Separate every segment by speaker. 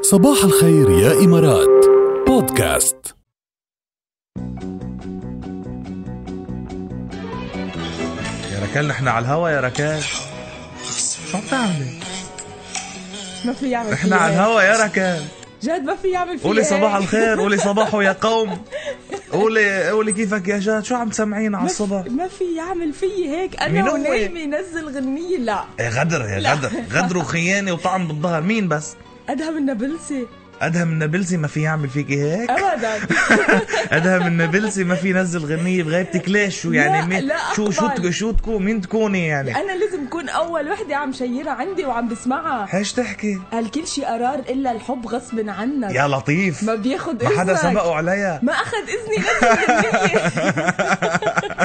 Speaker 1: صباح الخير يا إمارات بودكاست
Speaker 2: يا ركال نحن على الهوا يا ركال شو عم تعملي؟
Speaker 3: ما في يعمل
Speaker 2: نحن على
Speaker 3: فيها هيك.
Speaker 2: الهوا يا ركال
Speaker 3: جد ما في يعمل فيها
Speaker 2: قولي
Speaker 3: هيك.
Speaker 2: صباح الخير قولي صباحو يا قوم قولي قولي كيفك يا جاد شو عم تسمعين على
Speaker 3: ما في-
Speaker 2: الصبح؟
Speaker 3: ما في يعمل فيي هيك
Speaker 2: مين
Speaker 3: انا
Speaker 2: هو؟
Speaker 3: ونايمه ينزل غنية لا
Speaker 2: إيه غدر يا
Speaker 3: لا.
Speaker 2: غدر غدر وخيانه وطعن بالظهر مين بس؟
Speaker 3: ادهم النبلسي
Speaker 2: ادهم النبلسي ما في يعمل فيكي هيك
Speaker 3: ابدا
Speaker 2: ادهم النبلسي ما في ينزل غنية بغيبتك ليش شو يعني
Speaker 3: لا،
Speaker 2: مين
Speaker 3: لا
Speaker 2: شو شو
Speaker 3: أقبل.
Speaker 2: تك- شو تكون مين تكوني يعني
Speaker 3: انا لازم اكون اول وحده عم شيرها عندي وعم بسمعها
Speaker 2: ايش تحكي
Speaker 3: قال كل شيء قرار الا الحب غصب عنك
Speaker 2: يا لطيف
Speaker 3: ما بياخد
Speaker 2: ما حدا
Speaker 3: إذنك.
Speaker 2: سبقه عليا
Speaker 3: ما اخذ اذني نزل غنية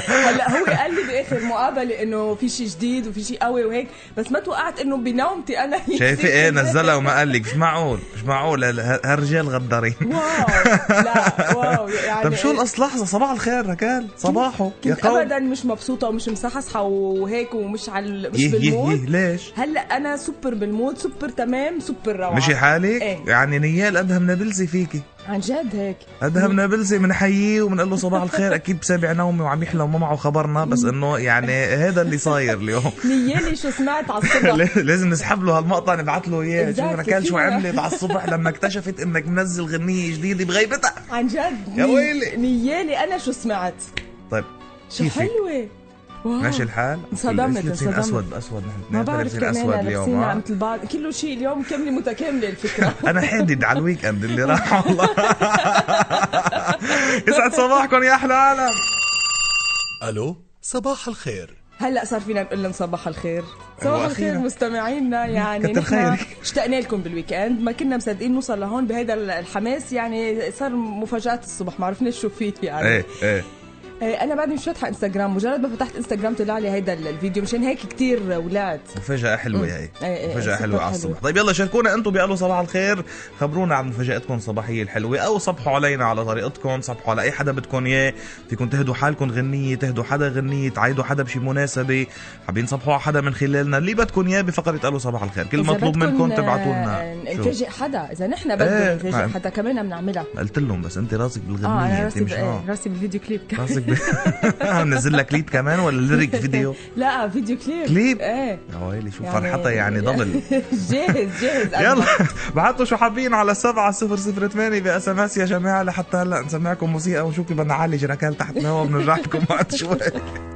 Speaker 3: هلا هو قال لي باخر مقابله انه في شيء جديد وفي شيء قوي وهيك بس ما توقعت انه بنومتي انا هيك
Speaker 2: شايفه ايه نزلها وما قال لك مش معقول مش معقول هال- هالرجال غدارين
Speaker 3: واو لا واو يعني
Speaker 2: طب شو القص لحظة صباح الخير ركال صباحو يا
Speaker 3: كنت
Speaker 2: قوم
Speaker 3: ابدا مش مبسوطه ومش مصحصحه وهيك ومش على ال- مش
Speaker 2: يه يه يه
Speaker 3: بالمود
Speaker 2: ليش؟
Speaker 3: هلا انا سوبر بالمود سوبر تمام سوبر روعه
Speaker 2: مشي حالك؟
Speaker 3: ايه.
Speaker 2: يعني نيال ادهم نابلسي فيكي
Speaker 3: عن جد هيك
Speaker 2: ادهم نابلسي بنحييه وبنقول له صباح الخير اكيد سابع نومي وعم يحلم وما معه خبرنا بس انه يعني هذا اللي صاير اليوم
Speaker 3: نيالي شو سمعت على الصبح
Speaker 2: لازم نسحب له هالمقطع نبعث له اياه شوف
Speaker 3: Exactly.
Speaker 2: ركال شو
Speaker 3: فينا.
Speaker 2: عملت على الصبح لما اكتشفت انك منزل غنية جديدة بغيبتها
Speaker 3: عن جد
Speaker 2: يا
Speaker 3: ني-
Speaker 2: ويلي.
Speaker 3: نيالي انا شو سمعت
Speaker 2: طيب
Speaker 3: شو
Speaker 2: كيفك؟
Speaker 3: حلوه واو.
Speaker 2: ماشي الحال؟
Speaker 3: آه. انصدمت،
Speaker 2: لابسين
Speaker 3: انصدمت.
Speaker 2: اسود اسود نحن
Speaker 3: ما
Speaker 2: اثنين
Speaker 3: بعرف
Speaker 2: لابسين
Speaker 3: كمان
Speaker 2: اسود اليوم
Speaker 3: لابسين
Speaker 2: آه.
Speaker 3: عم بعض كله شيء اليوم كامله متكامله الفكره
Speaker 2: انا حادد على الويك اند اللي راح والله يسعد صباحكم يا احلى عالم
Speaker 1: ألو صباح الخير
Speaker 3: هلا صار فينا نقول لهم صباح الخير صباح
Speaker 2: أيوة،
Speaker 3: الخير
Speaker 2: أخيراً.
Speaker 3: مستمعينا يعني
Speaker 2: كتر
Speaker 3: نحن
Speaker 2: خيرك.
Speaker 3: اشتقنا لكم بالويكند ما كنا مصدقين نوصل لهون بهذا الحماس يعني صار مفاجات الصبح ما عرفنا شو فيه يعني
Speaker 2: ايه ايه
Speaker 3: ايه انا بعدني مش فاتحه انستغرام مجرد ما فتحت انستغرام طلع لي هيدا ال- الفيديو مشان هيك كتير ولعت
Speaker 2: مفاجأة حلوة هي
Speaker 3: إيه، إيه،
Speaker 2: مفاجأة
Speaker 3: سوبر
Speaker 2: حلوة على
Speaker 3: حلوة.
Speaker 2: الصبح طيب يلا شاركونا انتم بقالوا صباح الخير خبرونا عن مفاجأتكم الصباحية الحلوة او صبحوا علينا على طريقتكم صبحوا على اي حدا بدكم اياه فيكم تهدوا حالكم غنية تهدوا حدا غنية تعايدوا حدا بشي مناسبة حابين صبحوا على حدا من خلالنا اللي بدكم اياه بفقرة قالوا صباح الخير كل
Speaker 3: إذا
Speaker 2: مطلوب
Speaker 3: بدكن،
Speaker 2: منكم تبعتوا
Speaker 3: آه،
Speaker 2: لنا شو؟
Speaker 3: نفاجئ حدا اذا نحن بدنا
Speaker 2: إيه،
Speaker 3: نفاجئ
Speaker 2: نعم.
Speaker 3: حدا كمان بنعملها
Speaker 2: قلت لهم بس انت راسك بالغنية
Speaker 3: اه انا
Speaker 2: انت
Speaker 3: راسي
Speaker 2: مش-
Speaker 3: ب-
Speaker 2: آه.
Speaker 3: إيه، راسي بالفيديو كليب كمان
Speaker 2: راسك ب... منزل لك كليب كمان ولا ليريك فيديو
Speaker 3: لا فيديو كليب
Speaker 2: كليب؟
Speaker 3: ايه
Speaker 2: يا ويلي شو
Speaker 3: يعني-
Speaker 2: فرحتها يعني ضبل
Speaker 3: جاهز جاهز
Speaker 2: يلا بعتوا شو حابين على 7008 باس ام اس يا جماعه لحتى هلا نسمعكم موسيقى ونشوف كيف بدنا نعالج ركال تحت الهواء بنرجع لكم بعد شوي